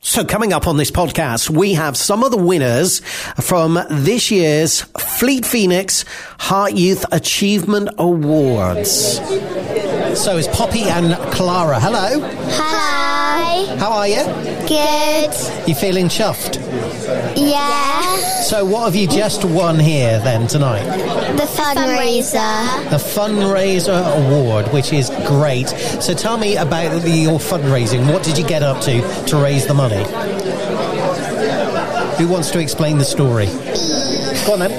So coming up on this podcast, we have some of the winners from this year's Fleet Phoenix Heart Youth Achievement Awards. So it's Poppy and Clara. Hello. Hi. How are you? Good. You feeling chuffed? Yeah. So what have you just won here then tonight? The fundraiser. The fundraiser award, which is great. So tell me about the, your fundraising. What did you get up to to raise the money? Who wants to explain the story? Go on then.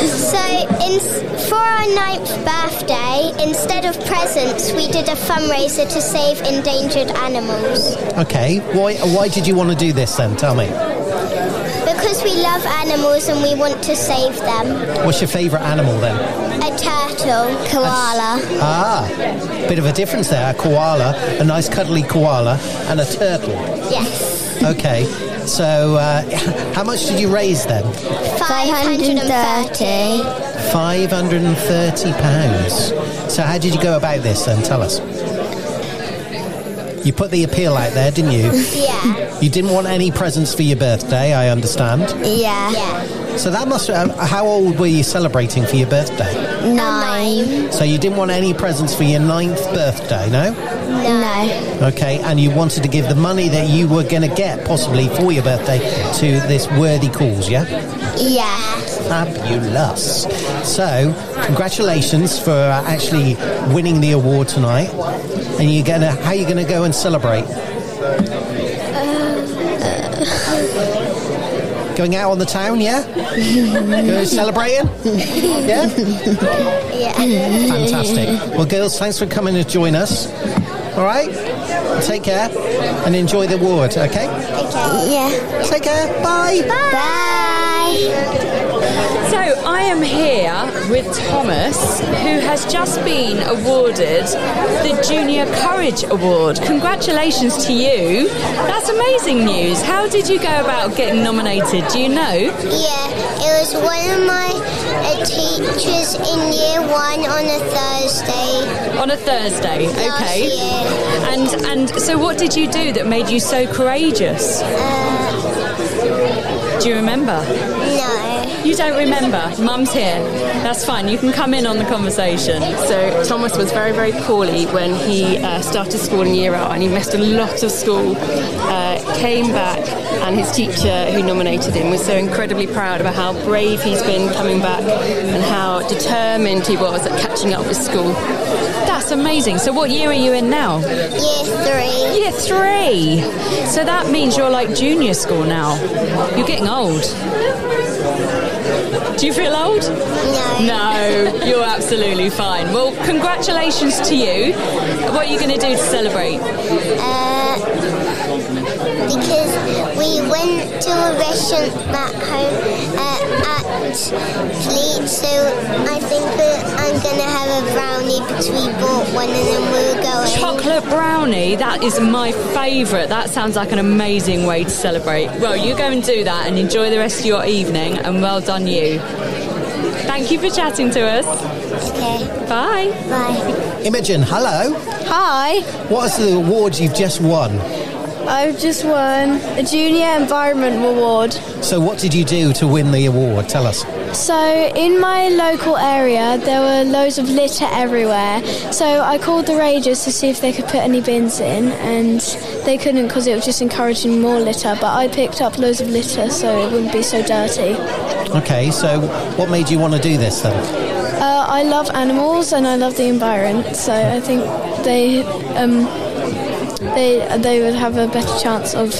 So, in, for our ninth birthday, instead of presents, we did a fundraiser to save endangered animals. Okay, why why did you want to do this then? Tell me. Because we love animals and we want to save them. What's your favourite animal then? A turtle, koala. Ah, bit of a difference there. A koala, a nice cuddly koala, and a turtle. Yes. Okay, so uh, how much did you raise then? 530. Five hundred and thirty pounds. So how did you go about this then? Tell us. You put the appeal out there, didn't you? Yeah. You didn't want any presents for your birthday, I understand. Yeah, Yeah. So that must. Uh, how old were you celebrating for your birthday? nine. So you didn't want any presents for your ninth birthday, no? No, Okay, and you wanted to give the money that you were going to get, possibly for your birthday, to this worthy cause, yeah? Yeah. Um, Fabulous. So, congratulations for uh, actually winning the award tonight. And you're gonna, how are you going to go and celebrate? Going out on the town, yeah? Going celebrating? Yeah? Yeah. Fantastic. Well, girls, thanks for coming to join us. All right? Take care and enjoy the award, okay? Okay. Yeah. Take care. Bye. Bye. So I am here with Thomas, who has just been awarded the Junior Courage Award. Congratulations to you. That's amazing news. How did you go about getting nominated? Do you know? Yeah, it was one of my uh, teachers in year one on a Thursday. On a Thursday. Last Okay. year. And and so what did you do that made you so courageous? Do you remember? No. You don't remember. Mum's here. That's fine. You can come in on the conversation. So Thomas was very, very poorly when he uh, started school in year out, and he missed a lot of school. Uh, came back, and his teacher, who nominated him, was so incredibly proud about how brave he's been coming back and how determined he was at catching up with school. That's amazing. So what year are you in now? Year three. Year three. So that means you're like junior school now. You're getting old. Do you feel old? No. No, you're absolutely fine. Well, congratulations to you. What are you going to do to celebrate? Uh, because we went to a restaurant back home uh, at Fleet, so I think that I'm gonna have a brownie because we bought one and then we were going. Chocolate brownie. That is my favourite. That sounds like an amazing way to celebrate. Well, you go and do that and enjoy the rest of your evening, and well done, you. Thank you for chatting to us. Okay. Bye. Bye. Imogen, hello. Hi, What are the awards you've just won? I've just won a Junior Environment Award. So, what did you do to win the award? Tell us. So, in my local area, there were loads of litter everywhere. So, I called the Rangers to see if they could put any bins in, and they couldn't because it was just encouraging more litter. But I picked up loads of litter so it wouldn't be so dirty. Okay, so what made you want to do this then? Uh, I love animals and I love the environment, so I think they. Um, they, they would have a better chance of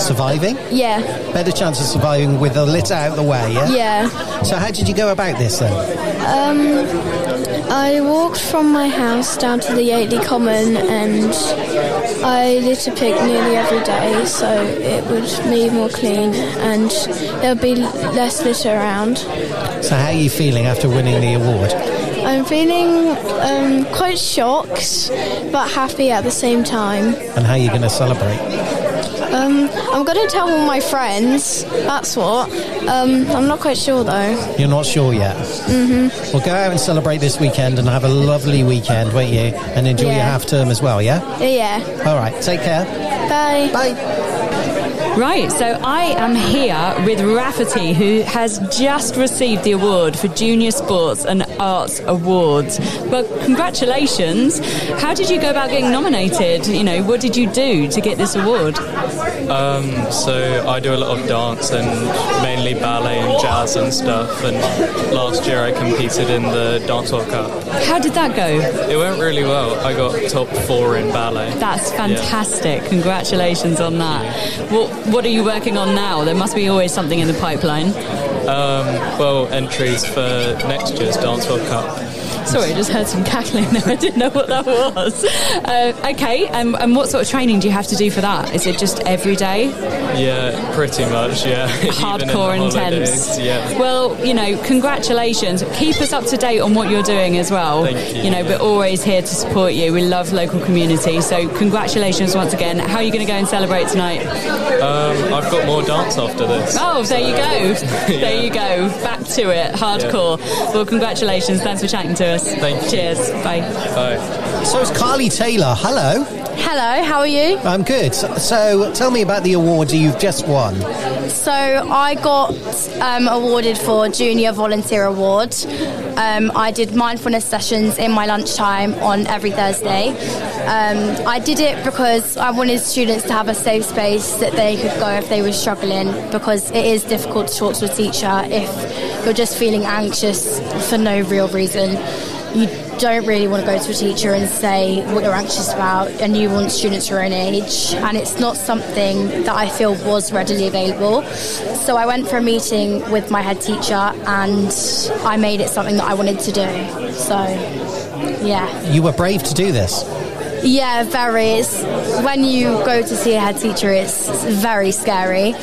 Surviving? yeah Better chance of surviving with the litter out the way, yeah? yeah So, how did you go about this then? um, I walked from my house down to the Yateley Common and I litter pick nearly every day so it would be more clean and there would be less litter around. So, how are you feeling after winning the award? I'm feeling um, quite shocked but happy at the same time. And how are you going to celebrate? Um, I'm going to tell all my friends, that's what. Um, I'm not quite sure though. You're not sure yet. Mm-hmm. Well, go out and celebrate this weekend and have a lovely weekend, won't you? And enjoy your Yeah. half term as well, yeah? Yeah. All right, take care. Bye. Bye. Right, so I am here with Rafferty, who has just received the award for Junior Sports and Arts Awards. Well, congratulations. How did you go about getting nominated? You know, what did you do to get this award? Um, so I do a lot of dance and mainly ballet and jazz and stuff. And last year I competed in the Dance World Cup. How did that go? It went really well. I got top four in ballet. That's fantastic. Congratulations on that. What, what are you working on now? There must be always something in the pipeline. Um, well, entries for next year's Dance World Cup. Sorry, I just heard some cackling there. I didn't know what that was. Uh, okay, um, and what sort of training do you have to do for that? Is it just every day? Yeah, pretty much. Yeah, Even in the Hardcore intense. holidays, Yeah. Well, you know, congratulations. Keep us up to date on what you're doing as well. Thank you, know, yeah. we're always here to support you. We love local community. So, congratulations once again. How are you going to go and celebrate tonight? Um, I've got more dance after this. Oh, there you go. There you go. Back to it. Hardcore. Well, congratulations. Thanks for chatting to us. Thank you. Cheers. Bye. Bye. So it's Carly Taylor. Hello. Hello, how are you? I'm good. So tell me about the award you've just won. So I got um, awarded for Junior Volunteer Award. Um, I did mindfulness sessions in my lunchtime on every Thursday. Um, I did it because I wanted students to have a safe space that they could go if they were struggling because it is difficult to talk to a teacher if you're just feeling anxious for no real reason. You don't really want to go to a teacher and say what you're anxious about and you want students your own age and it's not something that I feel was readily available so I went for a meeting with my head teacher and I made it something that I wanted to do so yeah You were brave to do this. yeah very it's when you go to see a head teacher it's very scary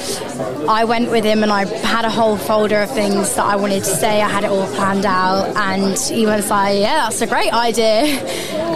I went with him and I had a whole folder of things that I wanted to say I had it all planned out and he was like yeah that's a great idea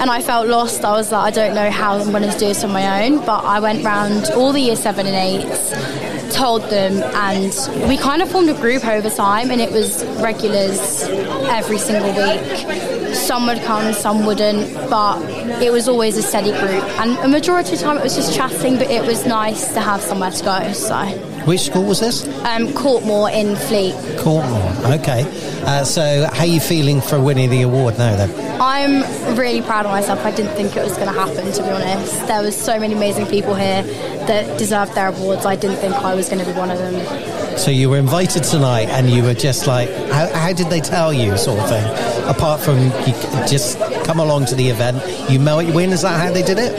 and I felt lost. I was like, I don't know how I'm going to do this on my own. But I went round all the year seven and eights, told them, and we kind of formed a group over time, and it was regulars every single week. Some would come, some wouldn't, but it was always a steady group. And a majority of the time, it was just chatting, but it was nice to have somewhere to go. So, Which school was this? um, Courtmore in Fleet. Cornwall. Okay. Uh, so how are you feeling for winning the award now then? I'm really proud of myself. I didn't think it was going to happen, to be honest. There was so many amazing people here that deserved their awards. I didn't think I was going to be one of them. So you were invited tonight and you were just like, how, how did they tell you sort of thing? Apart from you c- just come along to the event, you might win. Is that how they did it?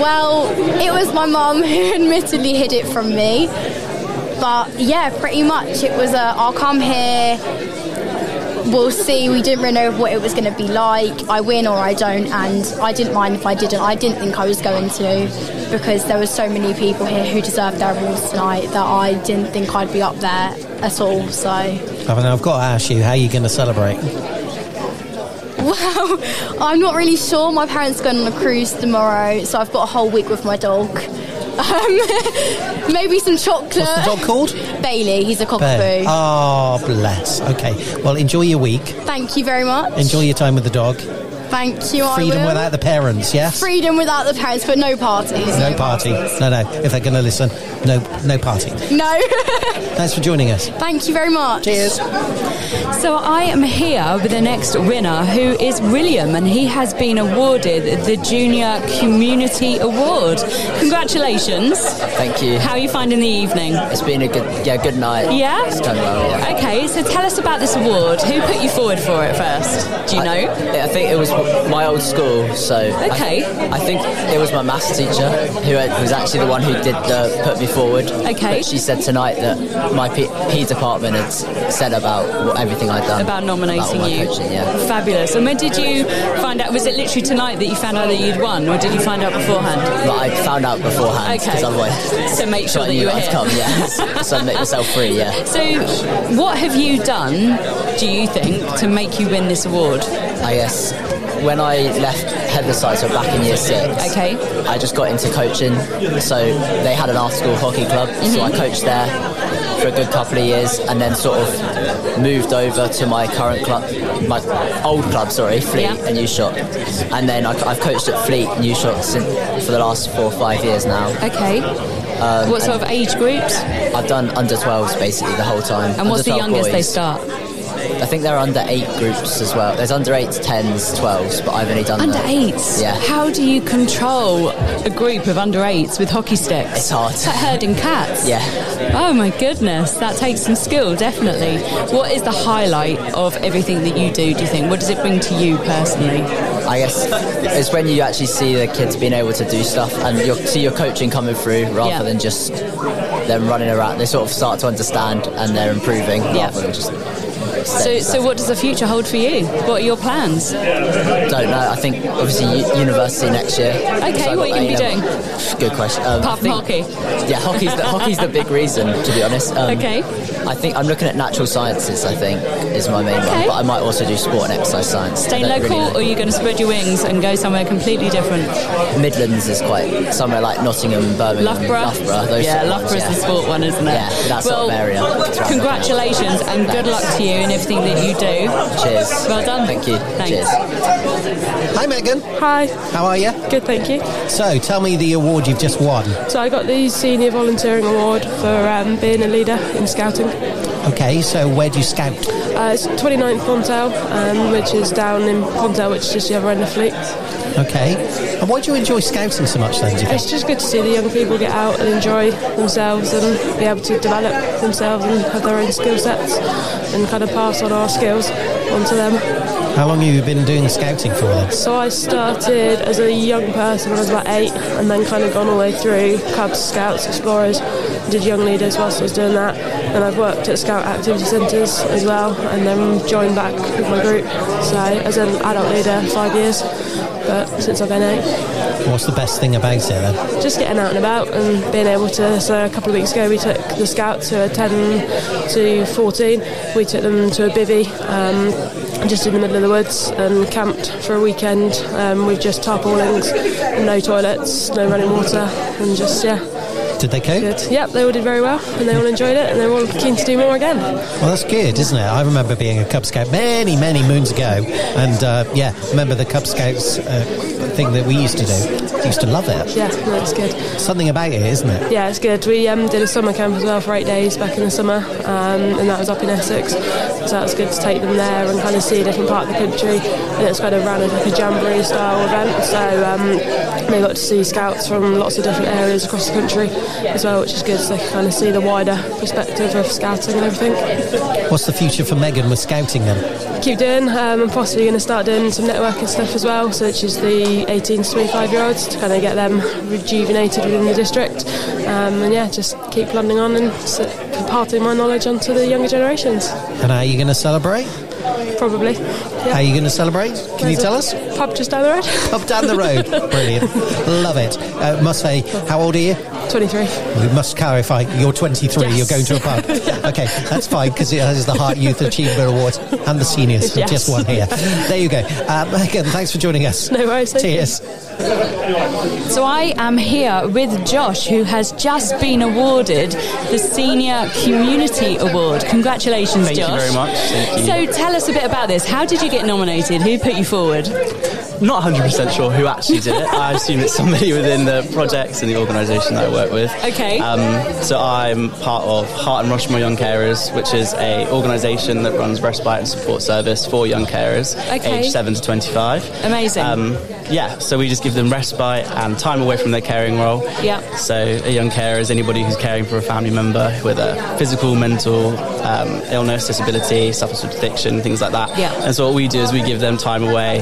Well, it was my mum who admittedly hid it from me. But yeah, pretty much it was a I'll come here. We'll see. We didn't really know what it was going to be like. I win or I don't, and I didn't mind if I didn't. I didn't think I was going to because there were so many people here who deserved their awards tonight that I didn't think I'd be up there at all. So I mean, I've got to ask you, how are you going to celebrate? Well, I'm not really sure. My parents are going on a cruise tomorrow, so I've got a whole week with my dog. Um, maybe some What's chocolate. the dog called? Bailey. He's a cockapoo. Ben. Oh, bless. Okay. Well, enjoy your week. Thank you very much. Enjoy your time with the dog. Thank you. I Freedom will. without the parents, yes? freedom without the parents, but no parties. No party. No, no. If they're going to listen, no, no party. No. Thanks for joining us. Thank you very much. Cheers. So I am here with the next winner, who is William, and he has been awarded the Junior Community Award. Congratulations! Thank you. How are you finding the evening? It's been a good, yeah, good night. Yeah? It's done well. Yeah. Okay, so tell us about this award. Who put you forward for it first? Do you know? I, I think it was my old school, so I Okay. thi- I, think it was my maths teacher who had- was actually the one who did the put me forward. Okay. But she said tonight that my P, P department had s- said about what, everything I'd done. About nominating about my you. Coaching, yeah. Fabulous. And when did you find out? Was it literally tonight that you found out that you'd won, or did you find out beforehand? But I found out beforehand Okay. because otherwise, So make sure I that knew you were I'd here. come. Yeah. so make yourself free. Yeah. So, what have you done, do you think, to make you win this award? I guess when I left Heatherside, so back in year six, Okay. I just got into coaching. So they had an after-school hockey club, so I Mm-hmm. coached there for a good couple of years, and then sort of moved over to my current club, my old club, sorry, Fleet Yeah. and New Shot, and then I, I've coached at Fleet New Shot since for the last four or five years now. Okay. Um, What sort and of age groups? I've done under 12s basically the whole time. And what's the Under 12 youngest they boys. start? I think they're under eight groups as well. There's under eights, tens, twelves, but I've only done Under the- eights. Yeah. How do you control a group of under eights with hockey sticks? It's hard. It's like herding cats. Yeah. Oh my goodness, that takes some skill, definitely. What is the highlight of everything that you do? Do you think? What does it bring to you personally? I guess it's when you actually see the kids being able to do stuff and you see your coaching coming through rather Yeah. than just them running around. They sort of start to understand and they're improving Yeah. rather than just. So, so what does the future hold for you? What are your plans? Don't know. I think obviously u- university next year. Okay, I what got are you gonna be A-level. Good question. Um, Apart from I think- hockey. Yeah, hockey's the, hockey's the big reason to be honest. Um, Okay. I think I'm looking at natural sciences. I think is my main Okay. one, but I might also do sport and exercise science. I Staying don't local, really know. or are you going to spread your wings and go somewhere completely different? Midlands is quite somewhere like Nottingham, Birmingham, Loughborough. Loughborough those yeah, sort of ones, Loughborough's the yeah. sport one, isn't it? Yeah, that sort well, of area. It's around Congratulations and good luck to you in everything that you do. Cheers. Well done. Thank you. Thanks. Cheers. Hi, Megan. Hi, How are you? good, thank you. So, tell me the award you've just won. So I got the Senior Volunteering Award for um, being a leader in scouting. Okay, so where do you scout? Uh, it's 29th Pontel, um, which is down in Pontel, which is just the other end of Fleet. Okay. And why do you enjoy scouting so much then, do you think? It's just good to see the young people get out and enjoy themselves and be able to develop themselves and have their own skill sets and kind of pass on our skills onto them. How long have you been doing scouting for then? So I started as a young person when I was about eight, and then kind of gone all the way through clubs, scouts, explorers, did young leaders whilst I was doing that. And I've worked at scout activity centres as well, and then joined back with my group. So as an adult leader, five years, but since I've been eight, What's the best thing about it then? just getting out and about and being able to. So a couple of weeks ago, we took the scouts who are 10 to 14, we took them to a bivvy. Um, just in the middle of the woods and camped for a weekend um, with just tarpaulins, no toilets, no running water, and just yeah, Did they cope? good. Yep, they all did very well and they all enjoyed it and they're all keen to do more again. Well, that's good, isn't it? I remember being a Cub Scout many, many moons ago, and uh, yeah, remember the Cub Scouts uh, thing that we used to do. used to love it. Yeah, no, it's good. Something about it, isn't it? Yeah, it's good. We um, did a summer camp as well for eight days back in the summer, um, and that was up in Essex. So that was good to take them there and kind of see a different part of the country. And it's kind of ran as like a jamboree style event, so um, they got to see scouts from lots of different areas across the country as well, which is good. So they can kind of see the wider perspective of scouting and everything. What's the future for Megan with scouting then? keep doing. Um, I'm possibly going to start doing some networking stuff as well, so which is the 18 to 25 year olds to kind of get them rejuvenated within the district. Um, and yeah, just keep plumbing on and s- imparting my knowledge onto the younger generations, And how are you going to celebrate? probably. How Yeah. are you going to celebrate? Can you There's a tell us? Pub just down the road. Up down the road. Brilliant. Love it. Uh, must say, how old are you? 23. We must clarify, you're 23, Yes. you're going to a pub. Okay, that's fine because it has the Heart Youth Achievement Award and the seniors, Yes. just one here. There you go. Um, again, thanks for joining us. No worries, thank you. Cheers. So I am here with Josh, who has just been awarded the Senior Community Award. Congratulations, Thank Josh. you very much. Thank So tell us a bit about this. How did you get nominated? Who put you forward? you. Not 100% sure who actually did it. I assume it's somebody within the projects and the organisation that I work with. Okay. Um, so I'm part of Heart and Rushmore Young Carers, which is a organisation that runs respite and support service for young carers Okay. aged 7 to 25. Amazing. Um, yeah, so we just give them respite and time away from their caring role. Yeah. So a young carer is anybody who's caring for a family member with a physical, mental um, illness, disability, suffers with addiction, things like that. Yeah. And so what we do is we give them time away,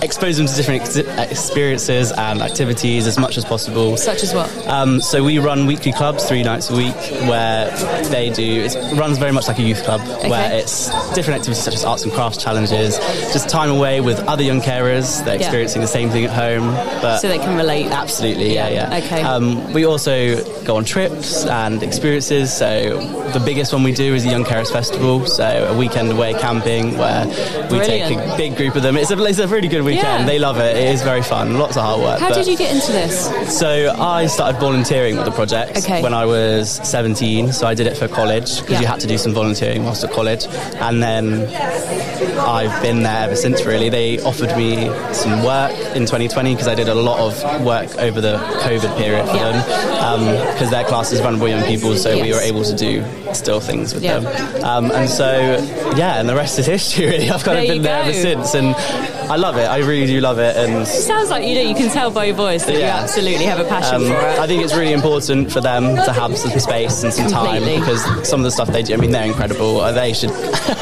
expose them to different ex- experiences and activities as much as possible. Such as what? Um, so we run weekly clubs three nights a week where they do it runs very much like a youth club where it's different activities such as arts and crafts challenges, just time away with other young carers. They're Yeah. experiencing the same thing at home, but So they can relate. Absolutely, yeah, Yeah, yeah. okay. Um, we also go on trips and experiences. So the biggest one we do is the Young Carers Festival. So a weekend away camping where we take Brilliant. a big group of them. It's a it's a really good weekend. Yeah. They love it. It is very fun. Lots of hard work. How but- did you get into this? so I started volunteering with the project Okay. when I was 17. So I did it for college because Yeah. you had to do some volunteering whilst at college, and then I've been there ever since. Really, they offered me some work in 2020 because I did a lot of work over the COVID period for them because their class is vulnerable young people, so we Yes. were able to do still things with Yeah. them. Um, and so, yeah, and the rest is history. Really, I've kind There of you been there go. ever since, and I love it. I really do love it, and It sounds like you do. You can tell by your voice that you Yeah. absolutely have a passion um, for it. I think it's really important for them to have some space and some Completely. time because some of the stuff they do, I mean, they're incredible. Uh, They should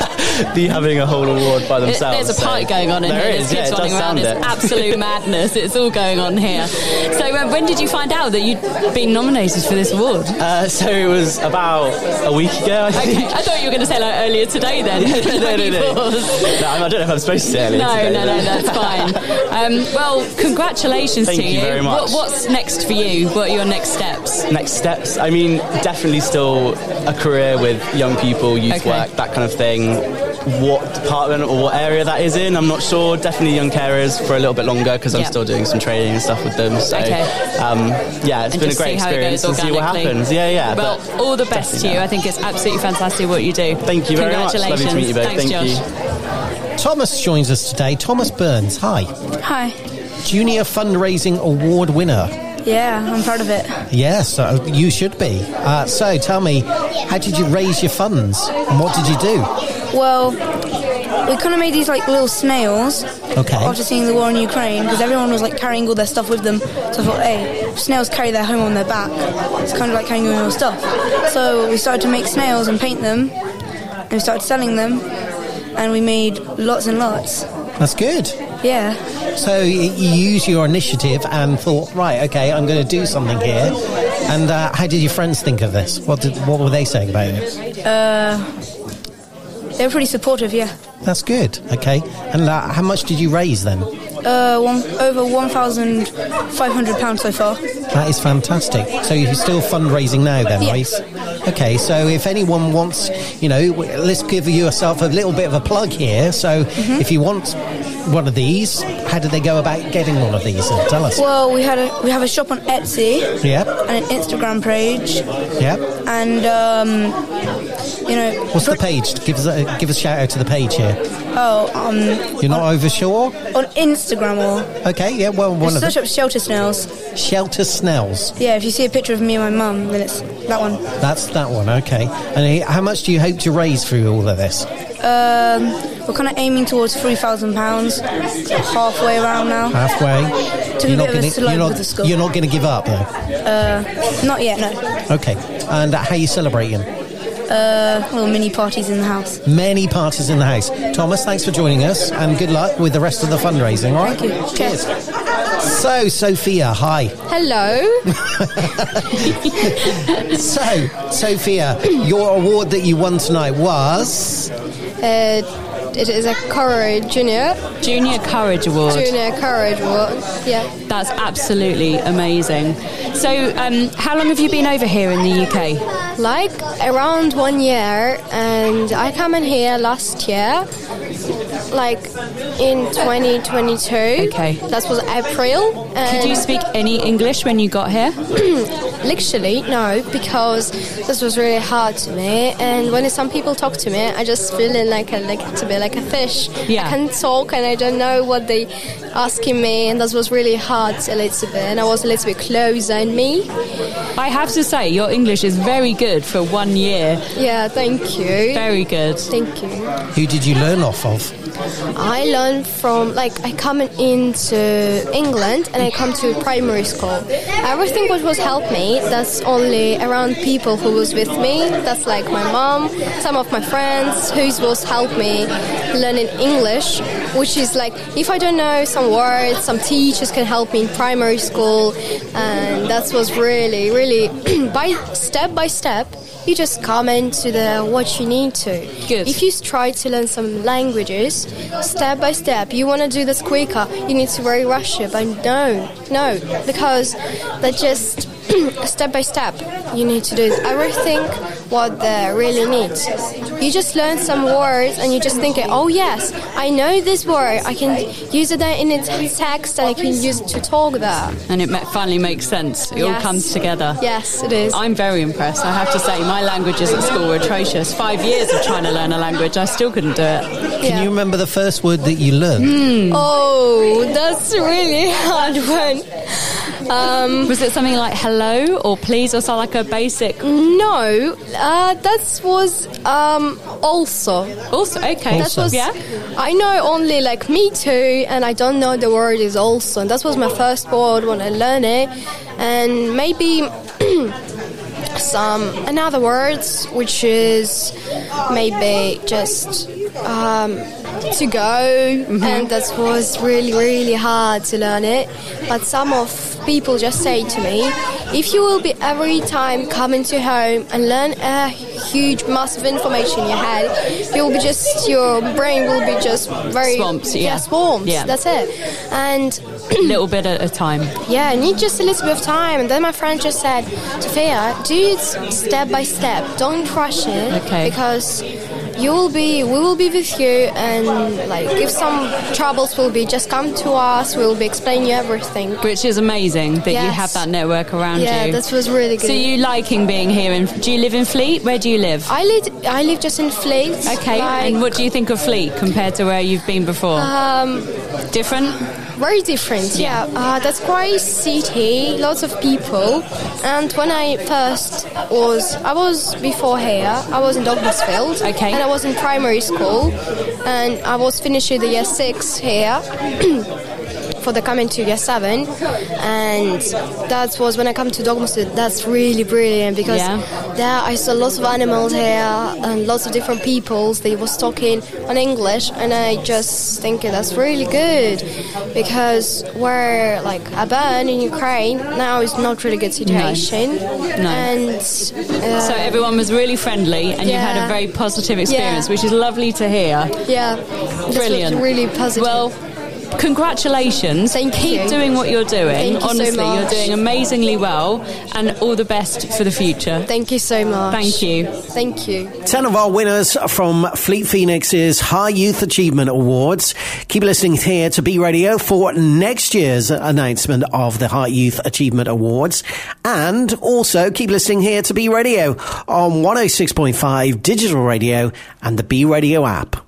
be having a whole award by themselves. There's a so- party going on in There here. is, There's kids yeah, it running does around. sound It's it. absolute madness. It's all going on here. So, uh, when did you find out that you'd been nominated for this award? Uh, so it was about a week ago, I think. I thought you were going to say like earlier today. Then Yeah, no, no, no. No, I don't know if I'm supposed to say earlier No, today, no, but- no, that's fine. Um, well, congratulations Thank to you you. very What, much. what's next for you? What are your next steps? Next steps? I mean, definitely still a career with young people, youth Okay. work, that kind of thing. What department or what area that is in, I'm not sure. Definitely young carers for a little bit longer because I'm Yeah. still doing some training and stuff with them. So, Okay. um, yeah, it's And been a just great see how it experience goes and see what organically. happens. Yeah, yeah. Well, but all the best to definitely you. no. I think it's absolutely fantastic what you do. Thank you very much. Lovely to meet you both. Thanks, Thank Josh. you. Thomas joins us today. Thomas Burns, hi. Hi. Junior Fundraising Award winner. Yeah, I'm proud of it. Yes, uh, you should be. Uh, so tell me, how did you raise your funds and what did you do? Well, we kind of made these like little snails Okay. after seeing the war in Ukraine because everyone was like carrying all their stuff with them. So I thought, hey, snails carry their home on their back. It's kind of like carrying all your stuff. So we started to make snails and paint them, and we started selling them, and we made lots and lots. That's good. Yeah. So y- you use your initiative and thought, right, okay, I'm going to do something here. And uh, how did your friends think of this? What did, what were they saying about it? Uh, they were pretty supportive. Yeah. That's good. Okay. And uh, how much did you raise then? Uh, one, over one thousand five hundred pounds so far. That is fantastic. So you're still fundraising now, then, right? Okay. So if anyone wants, you know, w- let's give yourself a little bit of a plug here. So Mm-hmm. if you want one of these, how do they go about getting one of these? Then? Tell us. Well, we had a we have a shop on Etsy. Yep. And an Instagram page. Yep. And um, you know, What's the page? Give us a, give a shout out to the page here. oh, um, You're not over sure? on Instagram or Okay. Yeah. Well, one just of search them. up shelter snails. Shelter Snells. Yeah, if you see a picture of me and my mum, then it's that one. That's that one. Okay. And how much do you hope to raise through all of this? Uh, Um, we're kind of aiming towards three thousand pounds, halfway around now. Halfway. Took a bit of a slope you're with the not, school. you're not going to give up though. Uh, not yet, no. Okay, and uh, how you celebrating? Uh, little mini parties in the house. Many parties in the house. Thomas, thanks for joining us, and good luck with the rest of the fundraising. All right. Cheers. So, Sophia, hi. Hello. So, Sophia, your award that you won tonight was Uh, it is a courage junior. Junior Courage Award. Junior courage award. Yeah. That's absolutely amazing. So, um, how long have you been over here in the UK? Like around one year, and I come in here last year, like in 2022. Okay. That was April. And Did you speak any English when you got here? Literally, no, because this was really hard to me. And when some people talk to me, I just feeling like a like to be like a fish. Yeah. I can't talk, and I don't know what they asking me, and that was really hard a little bit. And I was a little bit closer in me. I have to say, your English is very good for one year. Yeah, thank you. Very good. Thank you. who did you learn off of? I learned from like I come into England and I come to primary school. Everything what was helped me, that's only around people who was with me. That's like my mom, some of my friends who's was helped me learning English, which is like if I don't know some words, some teachers can help me in primary school, and that was really, really by step by step. You just come into the what you need to. Good. If you try to learn some languages, step by step, you want to do this quicker. You need to very rush it, but no, no, because that just step by step. You need to do is everything what they really need. You just learn some words and you just think, oh yes, I know this word. I can use it in a text and I can use it to talk there. And it ma- finally makes sense. It all Yes. comes together. Yes, it is. I'm very impressed. I have to say, my languages at school were atrocious. Five years of trying to learn a language, I still couldn't do it. Can you remember the first word that you learned? Oh, that's really hard one. Um, was it something like hello or please or something like a basic? No, uh, that was um, also. Also, okay. That Also. was, Yeah. I know only like me too, and I don't know the word is also. And that was my first word when I learned it, and maybe some another words, which is maybe just um, to go, and that was really really hard to learn it. But some of people just say to me, if you will be every time coming to home and learn a huge mass of information in your head, you will be just your brain will be just very Swamped, yeah. swamped. Yeah. That's it, and. A little bit at a time. Yeah, I need just a little bit of time. And then my friend just said, Tafia, do it step by step. Don't rush it. Okay. Because you will be, we will be with you. And like, if some troubles will be, just come to us. We'll be explaining you everything. Which is amazing that you Yes. have that network around yeah, you. that was really good. So you liking being here? In, do you live in Fleet? Where do you live? I live, I live just in Fleet. Okay, and what do you think of Fleet compared to where you've been before? Um, different? Very different, yeah. Uh, that's quite city, lots of people. And when I first was, I was before here, I was in Douglasfield. Okay. And I was in primary school. And I was finishing the year six here. For the coming to year seven, and that was when I come to Dogmasfield. That's really brilliant because Yeah. there I saw lots of animals here and lots of different peoples. They was talking on English, and I just think that's really good because where like I burn in Ukraine now is not really good situation. No. And uh, so everyone was really friendly, and you had a Yeah. very positive experience, Yeah. which is lovely to hear. yeah, this was Brilliant. really positive. Well, congratulations. Thank Keep you. doing what you're doing. Thank you so Honestly, much. you're doing amazingly well, and all the best for the future. Thank you so much. Thank you. Thank you. Ten of our winners from Fleet Phoenix's High Youth Achievement Awards. Keep listening here to B Radio for next year's announcement of the High Youth Achievement Awards. And also keep listening oh here to B Radio on 106.5 digital radio and the B Radio app.